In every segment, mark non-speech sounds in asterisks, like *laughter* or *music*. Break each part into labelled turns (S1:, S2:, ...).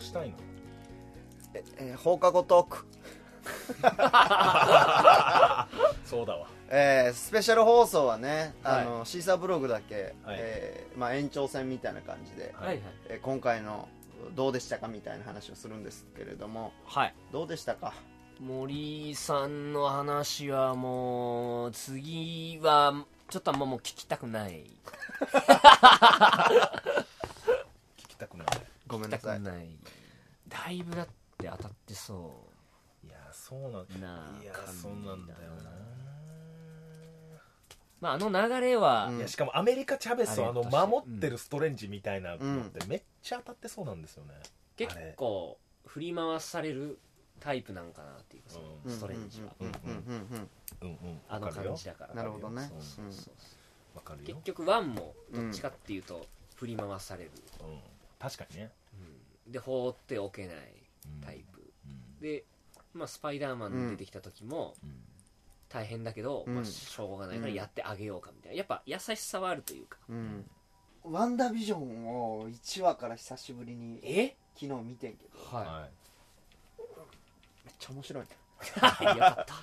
S1: したいの
S2: えー放課後トーク、
S1: そうだわ
S2: えースペシャル放送はね、あの
S3: は
S2: シーサーブログだけ、
S1: はい
S2: えーまあ、延長戦みたいな感じで、
S1: はい
S3: はい
S2: えー今回のどうでしたかみたいな話をするんですけれども
S3: はい
S2: どうでしたか
S3: 森さんの話はもう次はちょっとあんまもう聞きたくない
S1: 聞きたくない
S2: ごめん
S3: 聞
S2: な
S3: きた
S2: さ
S3: く
S2: い
S3: ないだいぶだって当たってそ
S1: いやそうなん
S3: うないい
S1: やそうなんだよ
S3: まああの流れは、
S2: う
S1: なんいやしかもアメリカ・チャベスをあの
S3: あれ
S1: 守ってるストレンジみたいなのってめっちゃ当たってそうなんですよね、
S3: 結構振り回されるタイプなんかなっていうかその
S1: うん
S3: ストレンジは、
S2: うんうんうんうん
S1: うんうん
S3: あの
S1: わかるよ
S3: 感じだから
S2: うんなるほどね
S1: そう
S2: うん
S3: そうそう
S1: わかるよ
S3: 結、局ワンも
S2: う
S3: ど
S2: ん
S3: っちかっていうと振り回される、
S1: うん、確かにね、
S3: で放っておけない
S1: うん
S3: タイプ
S1: うん
S3: で、まあ、スパイダーマンの出てきた時も
S1: うん
S3: 大変だけど、
S2: うん
S3: まあ、しょうがないからやってあげようかみたいなやっぱ優しさはあるというか
S2: うんワンダービジョンを1話から久しぶりに
S3: え
S2: 昨日見てんけど
S3: は
S1: はい
S2: めっちゃ面白いない
S3: よかった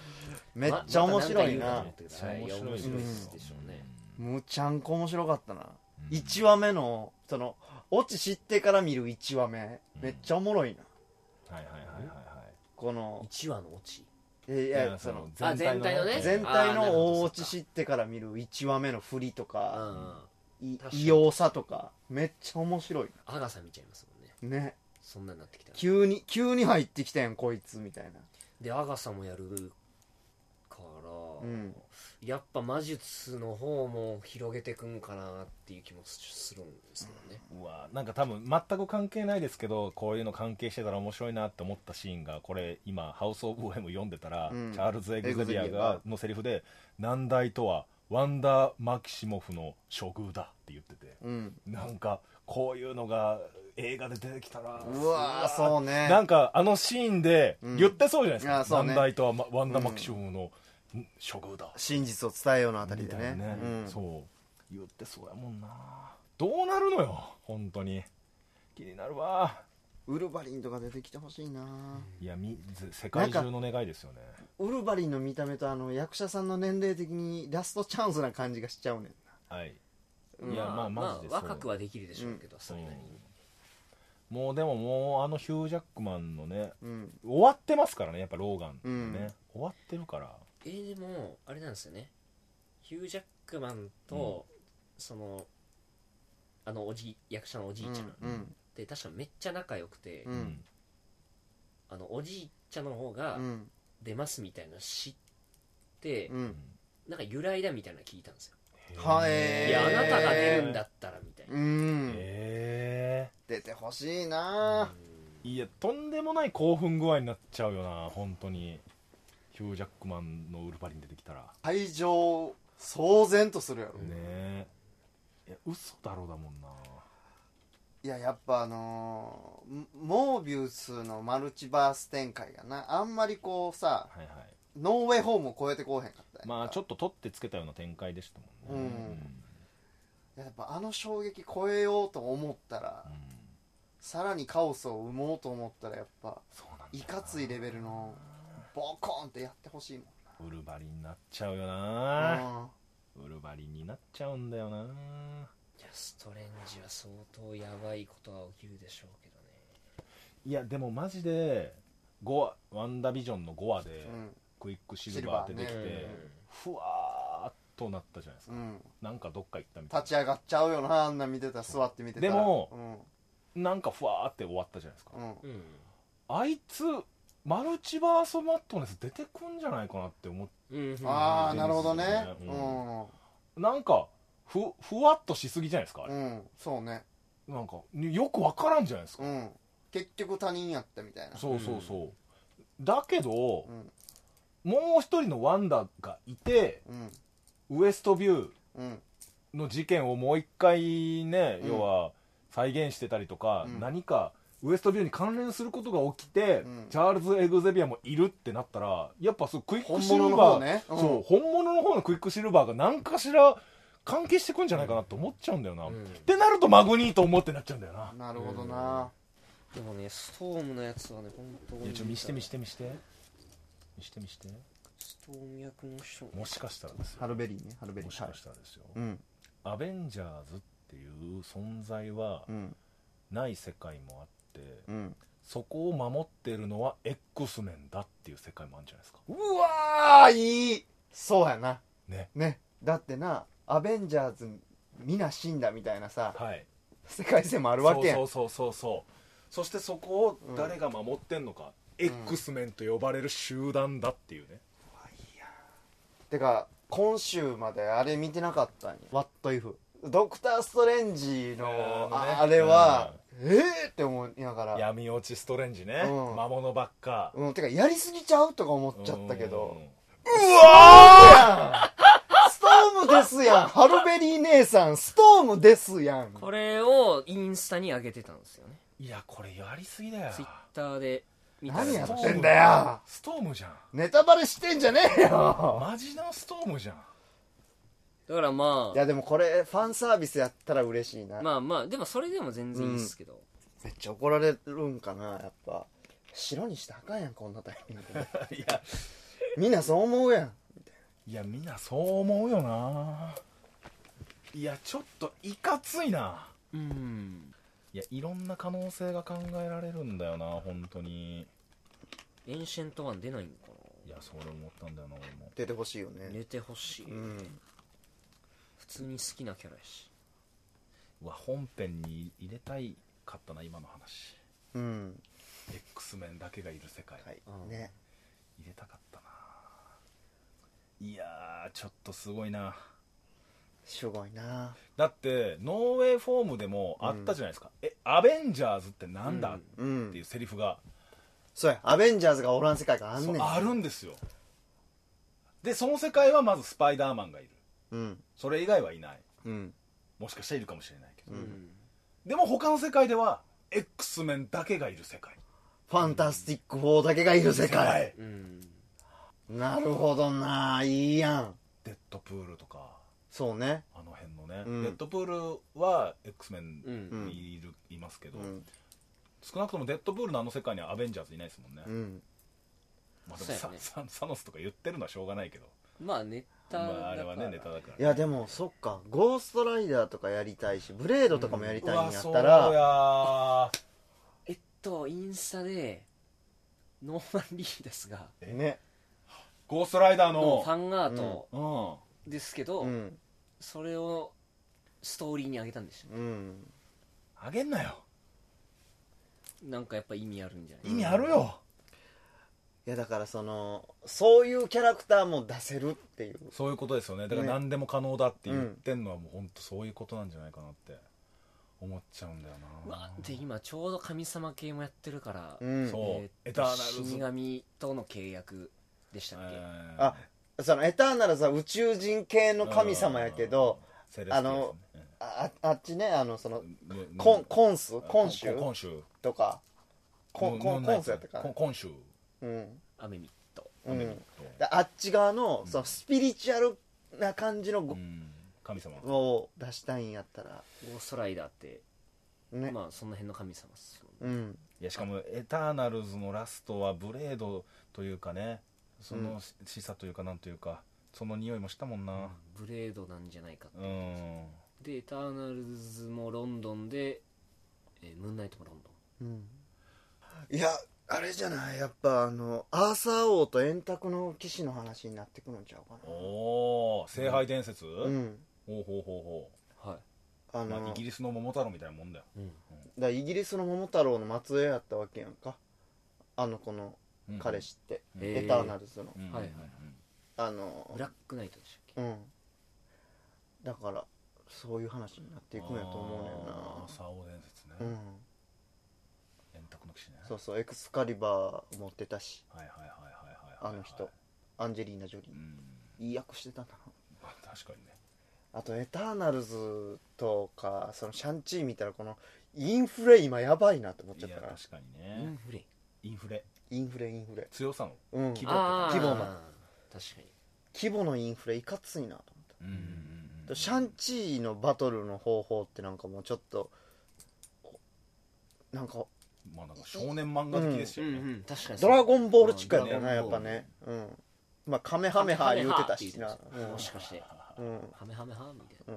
S2: めっちゃ面白い
S3: ま
S2: な
S3: またんか言うかと思ったけどはいい
S1: 面
S3: や
S1: 白い
S3: 面
S1: です
S3: 白
S1: よ
S3: いですでしょうね、
S2: むちゃんこ面白かったな
S1: うん
S2: 1話目のそのオチ知ってから見る1話目
S1: うん
S2: めっちゃおもろいな
S1: はいはいはいはいはい
S2: この
S3: 1話のオチ
S2: いやいやその
S3: あ全体のね
S2: 全
S3: あ
S2: 体
S3: ーなるほ
S2: の
S3: ど
S2: 大オチ知ってから見る1話目の振りと
S3: う
S2: か
S3: ん
S2: い
S3: 確かに
S2: 異様さとかめっちゃ面白い
S3: アガサ見ちゃいますもんね
S2: なね
S3: そんなになってきたら
S2: 急に急に入ってきたやんこいつみたいな
S3: でアガサもやるから、
S2: うん
S3: やっぱ魔術の方も広げてくんかなっていう気もするんですよね、
S1: うわなんか多分全く関係ないですけどこういうの関係してたら面白いなって思ったシーンがこれ今「ハウス・オブ・ウェム」読んでたら、
S2: うん
S1: チャールズ・エグゼビ
S2: エグゼ
S1: ア
S2: ビアが
S1: がのセリフで「難題とはワンダー・マキシモフの処遇だ」って言ってて
S2: うん
S1: なんかこういうのが映画で出てきたら
S2: うわーそうね
S1: なんかあのシーンで
S2: うん
S1: 言ってそうじゃない
S2: い
S1: で
S2: や
S1: すか、
S2: そうね
S1: 難題とはまワンダー・マキシモフのん処遇だ
S2: 真実を伝えようのあたりでね
S1: みたいな
S2: うん
S1: そう言ってそうやもんなどうなるのよ本当に気になるわ
S2: ウルヴァリンとか出てきてほしいな、
S1: いやみず世界中の願いですよね
S2: ウルヴァリンの見た目とあの役者さんの年齢的にラストチャンスな感じがしちゃうねん
S1: はい
S2: うん
S1: いやまあマジでそう
S3: 若くはできるでしょうけど、それなりに
S1: もうでももうあのヒュー・ジャックマンのね
S2: うん
S1: 終わってますからねやっぱローガンってね、終わってるから
S3: えーでもあれなんですよねヒュー・ジャックマンと、そのあのおじい役者のおじいちゃんっ
S2: うん
S3: て確かめっちゃ仲良くて、
S2: うんうん
S3: あのおじいちゃんの方が
S2: うん
S3: 出ますみたいなの知って、
S2: うん
S3: なんか由来だみたいなの聞いたんですよ、
S2: はい
S3: いやあ
S2: へー
S3: なたが出るんだったらみたいな、
S2: うん
S1: へえ
S2: 出てほしいな、
S1: いやとんでもない興奮具合になっちゃうよな本当にヒュー・ジャックマンのウルパリン出てきたら
S2: 会場騒然とするやろ、
S1: ねえいや嘘だろうだもんない
S2: ややっぱあのーモモービウスのマルチバース展開がなあんまりこうさ
S1: はいはい
S2: ノーウェイホームを超えてこうへんかったやんか
S1: まあちょっと取ってつけたような展開でしたもんね、
S2: うんやっぱあの衝撃超えようと思ったら、
S1: うん
S2: さらにカオスを生もうと思ったらやっぱ
S1: そうなんだよない
S2: かついレベルのボコンってやってほしいもん
S1: ウルバリンになっちゃうよ
S2: な
S1: な、
S2: うん
S1: ウルバリンになっちゃうんだよない
S3: やストレンジは相当やばいことが起きるでしょうけどね
S1: いやでもマジで5話ワンダービジョンの5話でクイックシルバー出てきて、
S2: シルバーね
S1: ふわーっとなったじゃないです
S2: う
S1: か、
S2: ん、うん、
S1: なんかどっか行ったみたい
S2: 立ち上がっちゃうよなあんな見てたら座って見てたら
S1: でも
S2: うん
S1: ななんかふわーって終わったじゃないですか、
S2: うん、
S3: うん
S1: あいつマルチバースマットネス出てくんじゃないかなって思っ
S3: うんうん
S2: ああなるほどね
S1: う
S2: うんん、
S1: なんかふふわっとしすぎじゃないですかあ
S2: う
S1: れ、
S2: んそうね
S1: なんかよくわからんじゃないですか
S2: うん結局他人やったみたいな
S1: そうそうそう、だけど、
S2: うん
S1: もう一人のワンダがいて
S2: うん
S1: ウエストビュ
S2: うん
S1: ーの事件をもう一回ね、
S2: うん
S1: 要は再現してたりとか、
S2: うん
S1: 何かウエストビューに関連することが起きて、
S2: うん
S1: チャールズ・エグゼビアもいるってなったらやっぱそうクイック
S2: 本
S1: シル
S2: 物の
S1: バー、
S2: 方ねうん
S1: そう本物の方のクイックシルバーが何かしら関係してくんじゃないかなと思っちゃうんだよな、
S3: う
S1: っ
S3: ん
S1: てなるとマグニート思ってなっちゃうんだよな、
S2: なるほどな、
S3: でもねストームのやつはね本当に
S1: いやちょ見して見して見して見して見して
S3: ストーム役の人
S1: もしかしたらですよ
S2: ハルベリーねハルベリ
S1: も
S2: ー
S1: しかしたらですよ、
S2: はいうん
S1: アベンジャーズっていう存在は
S2: うん
S1: ない世界もあって、
S2: うん
S1: そこを守ってるのは X メンだっていう世界もあるんじゃないですか
S2: うわーいいそうやな
S1: ね
S2: ねだってなアベンジャーズ皆死んだみたいなさ
S1: はい
S2: 世界線もあるわけやん
S1: そうそうそうそうそうそしてそこを誰が守ってんのか、X メンと呼ばれる集団だっていうね、
S2: てか今週まであれ見てなかったんや「What If」ドクター・ストレンジの
S1: あーあのね
S2: ああれはええって思いながら、
S1: 闇落ちストレンジね、
S2: うん
S1: 魔物ばっか
S2: うん、てかやりすぎちゃうとか思っちゃったけどストームですやんハルベリー姉さんストームですやん
S3: これをインスタに上げてたんですよね
S1: うんいやこれやりすぎだよ
S3: ツイッターで見たら
S2: 何や
S1: ストーム
S2: ってんだよ
S1: ストームじゃん
S2: ネタバレしてんじゃね
S1: *laughs*
S2: えよ
S1: マジのストームじゃん
S3: だからま
S2: い
S3: あ
S2: やでもこれファンサービスやったら嬉しいな、
S3: まあまあでもそれでも全然いいっすけど、
S2: めっちゃ怒られるんかなやっぱ白にしたらあかんやんこんなタイミングで
S1: い
S2: *laughs*
S1: や
S2: みんなそう思うやん
S1: いやみんなそう思うよないやちょっといかついな
S3: うん
S1: いやいろんな可能性が考えられるんだよな本当に
S3: エンシェントワン出ないのか
S1: いやそれ思ったんだよな俺も
S2: 出てほしいよ
S3: な
S2: ね
S3: 出てほしい、
S2: うん
S3: 普通に好きなキャラやし
S1: うわ本編に入れたいかったな今の話
S2: うん
S1: X メンだけがいる世界、
S2: はい
S3: うん
S2: ね
S1: 入れたかったないやーちょっとすごいな
S2: すごいな
S1: だってノーウェイフォームでもあったじゃないですか「えアベンジャーズってなんだ
S3: うん
S2: う
S1: っていう
S2: ん
S1: セリフが、
S2: そうやアベンジャーズがおらん世界があん
S1: そ
S2: ね
S1: うんあるんですよでその世界はまずスパイダーマンがいる
S2: うん
S1: それ以外はいない
S2: うん
S1: もしかしたらいるかもしれないけど、
S2: うん
S1: でも他の世界では X メンだけがいる世界
S2: ファンタスティック4だけがいる世界
S3: うん、うん
S2: なるほどないいやん
S1: デッドプールとか
S2: そうね
S1: あの辺のね、
S2: うん
S1: デッドプールは X メン
S3: うん
S1: にいる、いますけど、
S2: うん
S1: 少なくともデッドプールのあの世界にはアベンジャーズいないですもんね、
S2: うん
S1: まあでも
S3: そうや
S1: サ,、
S3: ね
S1: ササノスとか言ってるのはしょうがないけど、
S3: まあネタ
S1: ま
S3: だから、
S1: あ、あれはねネタだから、
S2: いやでもそっかゴーストライダーとかやりたいしブレードとかもやり
S1: う
S2: たい
S1: わ
S2: んやっ
S1: そう
S2: たら、
S1: やー
S3: えっとインスタでノーマン・リーダスが
S2: ね
S1: ゴーストライダー
S3: の
S1: の
S3: ファンアート
S1: うん
S3: ですけど、
S2: うん
S3: それをストーリーにあげたんですよ
S2: うん
S1: あげんなよ
S3: なんかやっぱ意味あるんじゃない
S1: 意味あるよ、
S2: いやだからそのそういうキャラクターも出せるっていう
S1: そういうことですよねだから
S2: ね
S1: 何でも可能だって言ってんのはもう本当そういうことなんじゃないかなって思っちゃうんだよ
S3: う
S1: な
S3: わで今ちょうど神様系もやってるから、
S2: ん
S1: そう
S3: え
S1: エ
S3: っと
S1: ターナルズ
S3: 死神との契約でしたっけ、
S1: えー
S2: あそのエターナルズは宇宙人系の神様やけど
S1: セレスティアルですね
S2: あああっちねあのその
S1: うん
S2: コンコンスコンシ
S1: コンコ
S2: ュ
S1: ンシュ
S2: とかコンコンコンスやったか
S1: コ
S2: ら
S1: ンコンシュ
S2: うん
S3: アメミット
S2: うん
S1: うん
S2: であっち側のそのスピリチュアルな感じの
S1: う
S2: ご
S1: ん神様
S2: を出したいんやったら
S3: ゴーストライダーって、
S2: ね
S3: まあその辺の神様っすよね
S2: うん
S1: いやしかもエターナルズのラストはブレードというかねそ
S2: うん
S1: のし示唆というかなんというかその匂いもしたもんな
S3: ブレードなんじゃないかって
S1: うん
S3: でエターナルズもロンドンで、えームーンナイトもロンドン
S2: うんいやあれじゃないやっぱあのアーサー王と円卓の騎士の話になってくるんちゃうかな
S1: おお聖杯伝説
S2: うん
S1: ほうほうほうほ
S3: は
S2: あ
S1: う
S2: の、
S1: まあイギリスの桃太郎みたいなもんだよ
S3: い、うん、
S2: だからイギリスの桃太郎の末裔やったわけやんかあの子の
S1: うん
S2: 彼氏って、
S1: うん
S2: エターナルズの、
S1: うん
S3: はいはいはい
S2: あ
S3: ブラ
S2: の
S3: ックナイトでしたっけ
S2: うんだからそういう話になっていくんやと思うね
S1: あー
S2: ん
S1: サオ伝説ね
S2: なうん
S1: 円卓の騎士ね
S2: そうそうエクスカリバー持ってたし
S1: はいはいはいはいはいはい
S2: あの人アンジェリーナ・ジョリ
S1: う
S2: ー
S1: ん *laughs*
S2: いい役してたな
S1: まあ確かにね
S2: あとエターナルズとかそのシャンチー見たらこのインフレ今やばいなって思っ
S1: い
S2: ちゃっ
S1: や
S2: たから
S1: 確かに
S3: イン
S1: ね
S3: フレ
S1: インフレ
S2: インフレインフレ
S1: 強さの
S2: うん
S1: 希望
S3: ああ
S2: 規模の
S3: 確かに
S2: 規模のインフレいかついなと思った
S1: うんうんうん
S2: シャンチーのバトルの方法ってなんかもうちょっとなんか
S1: まあなんか少年漫画的でした
S3: うん
S1: よ *laughs* ね、
S3: うん確かに
S2: ドラゴンボールチックやったよ
S1: ド
S2: ね
S1: ラ
S2: や
S1: ゴ
S2: っ
S1: ン
S2: ぱねうんまあカメハメハ言うてたしな
S3: カメハメハって言うてたんですよもしかして
S2: うんうん
S3: ハメハメハみたい
S2: うん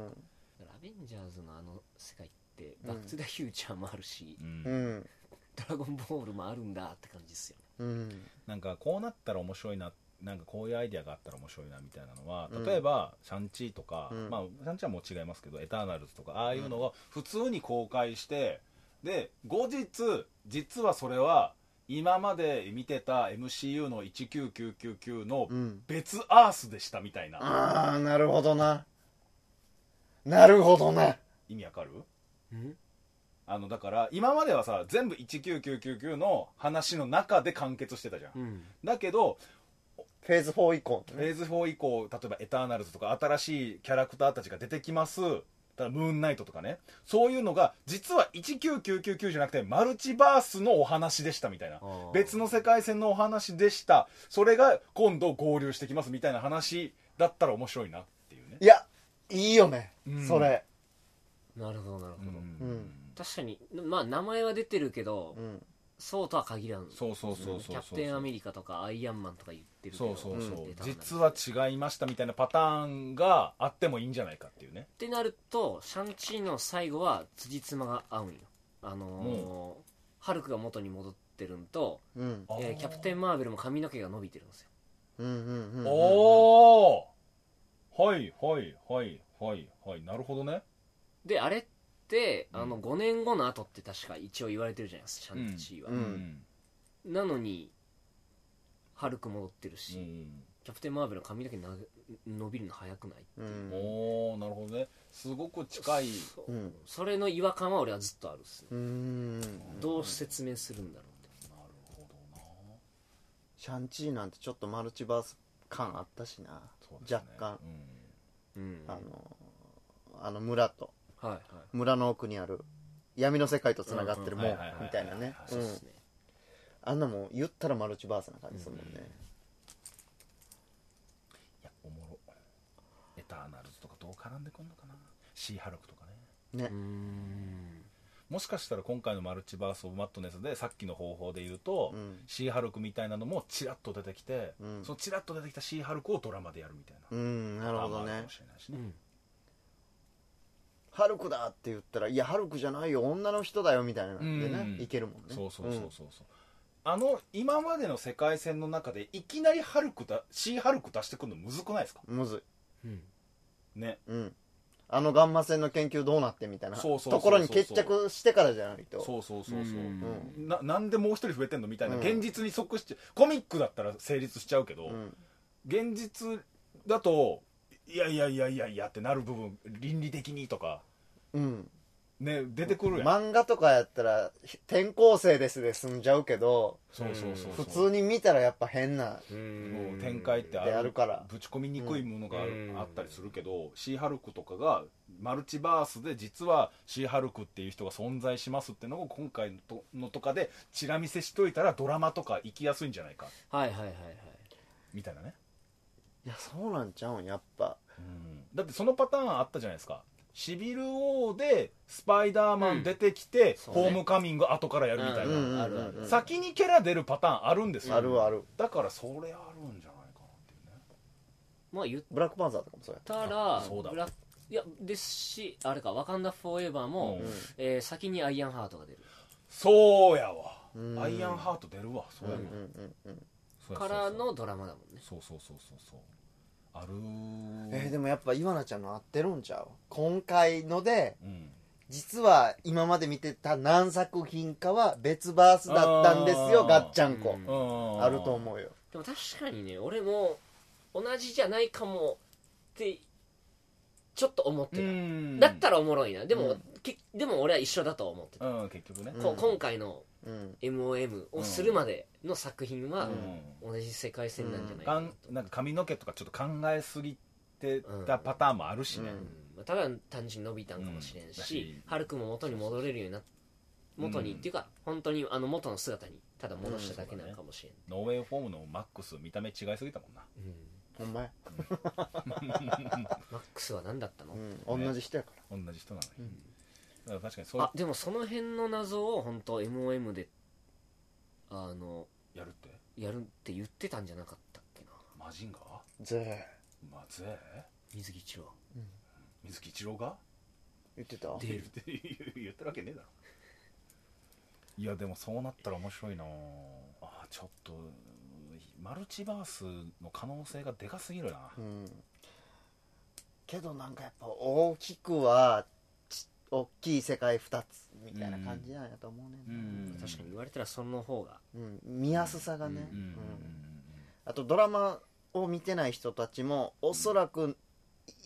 S3: なラベンジャーズのあの世界って
S2: うん
S3: バック・トゥ・ザ・フューチャーもあるし、
S1: うん
S2: うん
S3: ドラゴンボールもあるんだって感じですよね
S2: うん
S1: なんかこうなったら面白いななんかこういうアイデアがあったら面白いなみたいなのは
S2: うん
S1: 例えば、シャンチーとか、
S2: うん
S1: まあ、シャンチーはもう違いますけどエターナルズとかああいうのは普通に公開してで後日実はそれは今まで見てた MCU の19999の
S2: うん
S1: 別アースでしたみたいな、
S2: ああなるほどななるほどな
S1: 意味わかる
S3: うん
S1: あのだから今まではさ全部19999の話の中で完結してたじゃん、
S3: うん
S1: だけど
S2: フェーズ4以降
S1: フェーズ4以降例えばエターナルズとか新しいキャラクターたちが出てきますただムーンナイトとかねそういうのが実は19999じゃなくてマルチバースのお話でしたみたいな
S3: あー
S1: 別の世界線のお話でしたそれが今度合流してきますみたいな話だったら面白いなっていうね
S2: いやいいよね
S1: うん
S2: それ
S3: なるほどなるほど、
S2: うん
S3: 確かにまあ名前は出てるけど、
S2: うん
S3: そうとは限らん
S1: そうそうそうそうそう
S3: キャプテンアメリカとかアイアンマンとか言ってるけ
S1: そ
S3: ど
S1: うそうそう、
S3: うん
S1: 実は違いましたみたいなパターンがあってもいいんじゃないかっていうね
S3: ってなるとシャンチーの最後は辻褄が合うんよあのーハルクが元に戻ってるんと、
S2: うん
S1: あー
S3: えーキャプテン・マーベルも髪の毛が伸びてるんですよ
S2: うんうんうん
S1: おおはいはいはいはいはいなるほどね
S3: であれって
S1: うん
S3: あの5年後の後って確か一応言われてるじゃないですかシャンチーは、
S2: うん
S3: なのにハルク戻ってるし、
S1: うん
S3: キャプテン・マーベルの髪の毛な伸びるの早くない
S2: うん
S1: おおなるほどねすごく近い
S3: そううんそれの違和感は俺はずっとあるっすね
S2: うん
S3: どう説明するんだろうって
S1: なるほどな
S2: シャンチーなんてちょっとマルチバース感あったしな
S1: そうですね
S2: 若干
S3: うん
S2: あ
S3: はい
S2: のあの村と
S3: はい
S2: 村の奥にある闇の世界とつながってる
S1: うん
S2: も
S1: うん
S2: ん
S1: はいはいはい
S2: みたいなね
S1: はい
S2: うん
S3: そうっすね
S2: あんなもん言ったらマルチバースな感じするもんね
S1: いやおもろエターナルズとかどう絡んでくんのかなシーハルクとかね
S2: ね
S3: うーん
S1: もしかしたら今回のマルチバース・オブ・マットネスでさっきの方法で言うと、
S2: うん
S1: シーハルクみたいなのもチラッと出てきて、
S2: うん
S1: そのチラッと出てきたシーハルクをドラマでやるみたいな、
S2: うんなるほど
S1: まあまああるか
S2: ね
S1: もしれないし
S3: う
S1: ね、
S3: ん
S2: ハルクだって言ったらいやハルクじゃないよ女の人だよみたいなんでね
S1: うん
S2: いけるもんね
S1: そうそうそうそうそうあの今までの世界線の中でいきなりハルクだシーハルク出してくるのむずくないですか
S2: うんむずい
S3: うん
S1: ね
S2: うんあのガンマ線の研究どうなってみたいな
S1: そうそ
S2: と
S1: うそうそう
S2: ころに決着してからじゃないと
S1: そうそうそうそう、
S3: ん
S1: ななんでもう一人増えてんのみたいな、
S2: うん
S1: 現実に即してコミックだったら成立しちゃうけど、
S2: うん
S1: 現実だといやいやいやいやいやってなる部分倫理的にとか
S2: うん
S1: ね出てくるやん、
S2: 漫画とかやったらひ転校生ですで済んじゃうけど
S1: そうそうそうそう
S2: 普通に見たらやっぱ変な
S1: もう展開ってあ
S2: であ
S1: る
S2: るから
S1: ぶち込みにくいものがある
S3: うん
S1: あったりするけどシーハルクとかがマルチバースで実はシーハルクっていう人が存在しますってのを今回のとのとかでチラ見せしといたらドラマとか行きやすいんじゃないか
S3: はいはいはいはい
S1: みたいなね、
S2: いやそうなんちゃうんやっぱ
S1: だってそのパターンあったじゃないですかシビル王でスパイダーマン出てきて、
S3: そうね
S1: ホームカミング後からやるみたいな、
S2: うんうんうん
S3: あるある
S1: 先にキャラ出るパターンあるんですよ、
S2: あるはある
S1: だからそれあるんじゃないかなっていうね
S3: まあ言っ
S2: ブラックパンサーとかもそうや
S3: たら
S1: あそうだ
S3: ブラいやですしあれか「ワカンダ・フォーエバーも」
S1: うん
S3: えー先にアイアンハートが出る
S1: そうやわ、
S2: うん
S1: アイアンハート出るわそうやわ、
S2: うんうんうんうん
S1: そうや
S3: から
S1: そうや
S3: のドラマだもんね
S1: そうそうそうそうそうある
S2: えーで
S1: も
S2: もやっぱイワナちゃんの合ってるんちゃう今回ので
S1: うん
S2: 実は今まで見てた何作品かは別バースだったんです
S1: あ
S2: よ
S1: ー
S2: ガッチャンコ
S3: うん
S1: あ
S2: あると思うよ
S3: でも確かにね俺も同じじゃないかもってちょっと思ってた、
S1: ん
S3: だったらおもろいなでも、
S2: うん
S3: けでも俺は一緒だと思ってた、
S1: うん結局ね
S2: うん
S3: こ今回の
S2: うん、
S3: MOM をするまでの作品は
S1: う
S3: 同じ世界線なんじゃない
S1: か
S3: かなんと、
S1: なんか髪の毛とかちょっと考えすぎてたパターンもあるしね、
S2: う
S3: うん
S2: ん
S3: まあただ単純に伸びたんかもしれん
S1: うんだ
S3: し、
S1: し
S3: ハルクも元に戻れるようになっ元にっていうか、本当にあの元の姿にただ戻しただけなのかもしれん、
S1: ノーウェイフォームのマックス見た目違いすぎたもんな
S2: ほんまや、
S3: マックスは何だったの、
S2: うん、同じ人やから
S1: 同じ人なのに、だから確かにそういう
S3: あでもその辺の謎を本当 MOM であの
S1: やるって
S3: やるって言ってたんじゃなかったっけな
S1: マジンガー
S2: ぜ
S1: まずえ
S3: 水木一郎
S1: 水木一郎が
S2: 言ってた
S3: で
S1: 言って *laughs* 言ってるわけねえだろいやでもそうなったら面白いなあちょっとマルチバースの可能性がでかすぎるな
S2: うんけどなんかやっぱ大きくはち大きい世界2つみたいな感じなんやと思うね
S1: うんん
S3: 確かに言われたらその方が
S2: うん、見やすさがね、
S3: うん
S1: うん
S2: うんあとドラマを見てない人たちもおそらく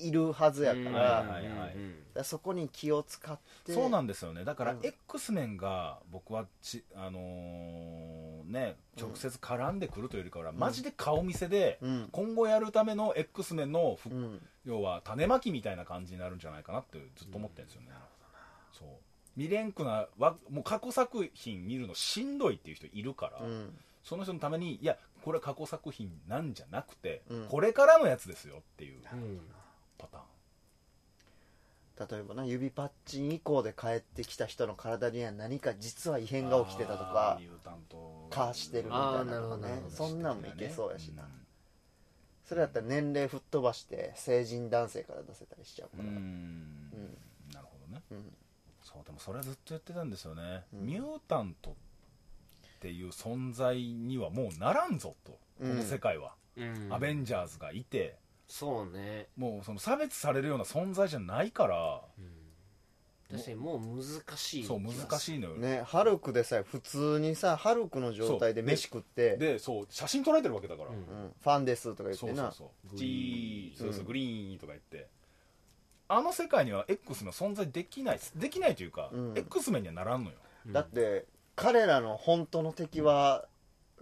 S2: いるはずやか
S3: う
S1: は
S3: ん
S1: いはい
S2: ら,、
S1: はいはい
S3: うん
S2: そこに気を使って
S1: そうなんですよねだか
S2: う
S1: ら
S2: ん
S1: X メンが僕はちあのーね
S2: うん
S1: 直接絡んでくるというよりかは
S2: ん
S1: マジで顔見せで
S2: うん、
S1: 今後やるための X メンの復
S2: うん、
S1: 要は種まきみたいな感じになるんじゃないかなってずっと思ってるんですよね、そう見れんくなわもう過去作品見るのしんどいっていう人いるから、
S2: うん
S1: その人のためにいやこれは過去作品なんじゃなくて、
S2: うん
S1: これからのやつですよっていう
S3: うん
S1: パターン
S2: 例えばな指パッチン以降で帰ってきた人の体には何か実は異変が起きてたとか
S1: あー U 担当
S2: 化してるみたいなの
S3: あーなるほど
S2: ね
S3: なるほど
S2: そんなんもいけそうやしな、
S1: う
S2: それだったら年齢吹っ飛ばして成人男性から出せたりしちゃうか
S1: ん
S2: ら、
S1: う
S2: うんん
S1: なるほどね
S2: うん
S1: そうでもそれはずっと言ってたんですよね、
S2: うん
S1: ミュータントっていう存在にはもうならんぞとこの世界は、
S3: うん
S1: アベンジャーズがいて
S3: そうね
S1: もうその差別されるような存在じゃないから、
S3: 確かにもう難しい
S1: そう難しいのよ、
S2: ねハルクでさえ普通にさハルクの状態で
S1: そうで
S2: 飯食って
S1: でそう写真撮られてるわけだから、
S3: うん
S2: うん、ファンですとか言っ
S1: そう
S2: て
S1: そ
S2: な
S1: うそう
S3: グ
S1: チー
S3: リ
S2: ーン
S1: そうそう
S2: うん
S1: グリーンとか言ってあの世界には X の存在できないできないというか、
S2: うん
S1: X 面にはならんのよ
S2: だって彼らの本当の敵は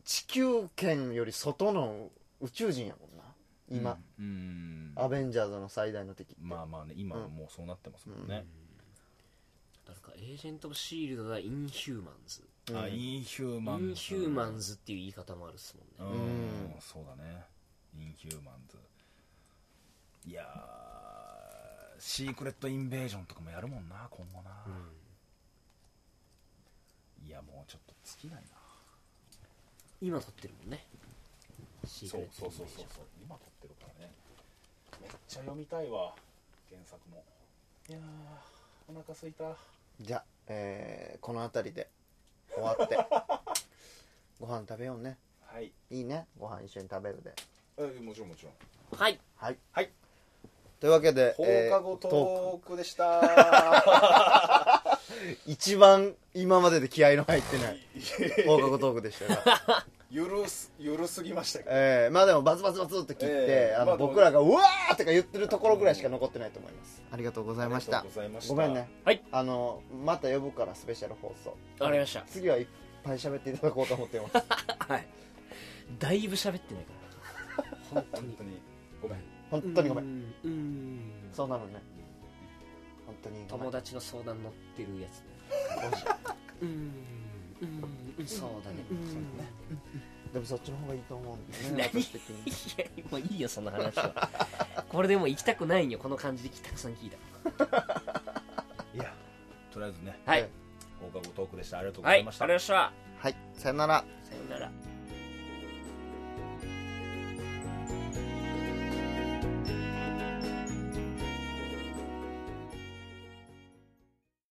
S2: 地球圏より外の宇宙人やもんな今、
S1: うん
S2: アベンジャーズの最大の敵って、
S1: まあまあね今はもうそうなってますもん
S3: うん
S1: ね、
S3: なんかエージェント・オブシールドだインヒューマンズ
S2: うん
S1: あインヒュー
S3: イ
S1: マンズ
S3: ンヒューマンズっていう言い方もあるっすもんね
S1: うん、
S2: うん
S1: そうだねインヒューマンズいやーシークレットインベージョンとかもやるもんな今後な、いやもうちょっと尽きないな
S3: 今撮ってるもんねシーク
S1: そう
S3: レット
S1: そうそうそうそう今撮ってるからねめっちゃ読みたいわ原作もいやーお腹すいた
S2: じゃあ、えーこの辺りで終わって
S1: *laughs*
S2: ご飯食べようね
S1: はい
S2: いいねご飯一緒に食べるで
S1: えもちろんもちろん
S3: はい
S2: はい
S1: はい
S2: というわけで
S1: 放
S2: えー
S1: 課後
S2: ト
S1: トークでした
S2: ーク一番今までで気合いの入っ
S1: *laughs*
S2: てない放課後トークでしたが
S1: ゆるすゆるすぎましたけど
S2: えーまあでもバツバツバツって切って、
S1: ええ
S2: あ
S1: ま
S2: の
S1: あでも
S2: 僕らが「うわ!」とか言ってるところぐらいしか残ってないと思いますありがとうございました
S1: ありがとうございました
S2: ごめんね
S3: はい
S2: あのまた呼ぶからスペシャル放送
S3: わかりました
S2: 次はいっぱい喋っていただこうと思ってます *laughs*
S3: はいだいぶ喋ってないから本当
S1: 本
S3: に
S1: 当にごめん
S2: 本当にごめん
S3: んうん
S2: そうなのね本当にごめん
S3: 友達の相談乗ってるやつねうんうんうんそうだねうん
S2: でもそっちの方がいいと思うんだよ *laughs* ね
S3: 何
S2: 私的に
S3: いやもういいよその話 *laughs* はこれでもう行きたくないんよこの感じでたくさん聞いた
S1: いやとりあえずね
S3: はい
S2: は
S3: はいい
S1: 放課後トークでしたありがとうご
S3: あ
S1: ざ
S3: り
S1: い
S3: が
S1: ま
S3: とう
S1: し
S3: ご
S1: た、
S3: ざいました
S2: はいさよなら
S3: さようなら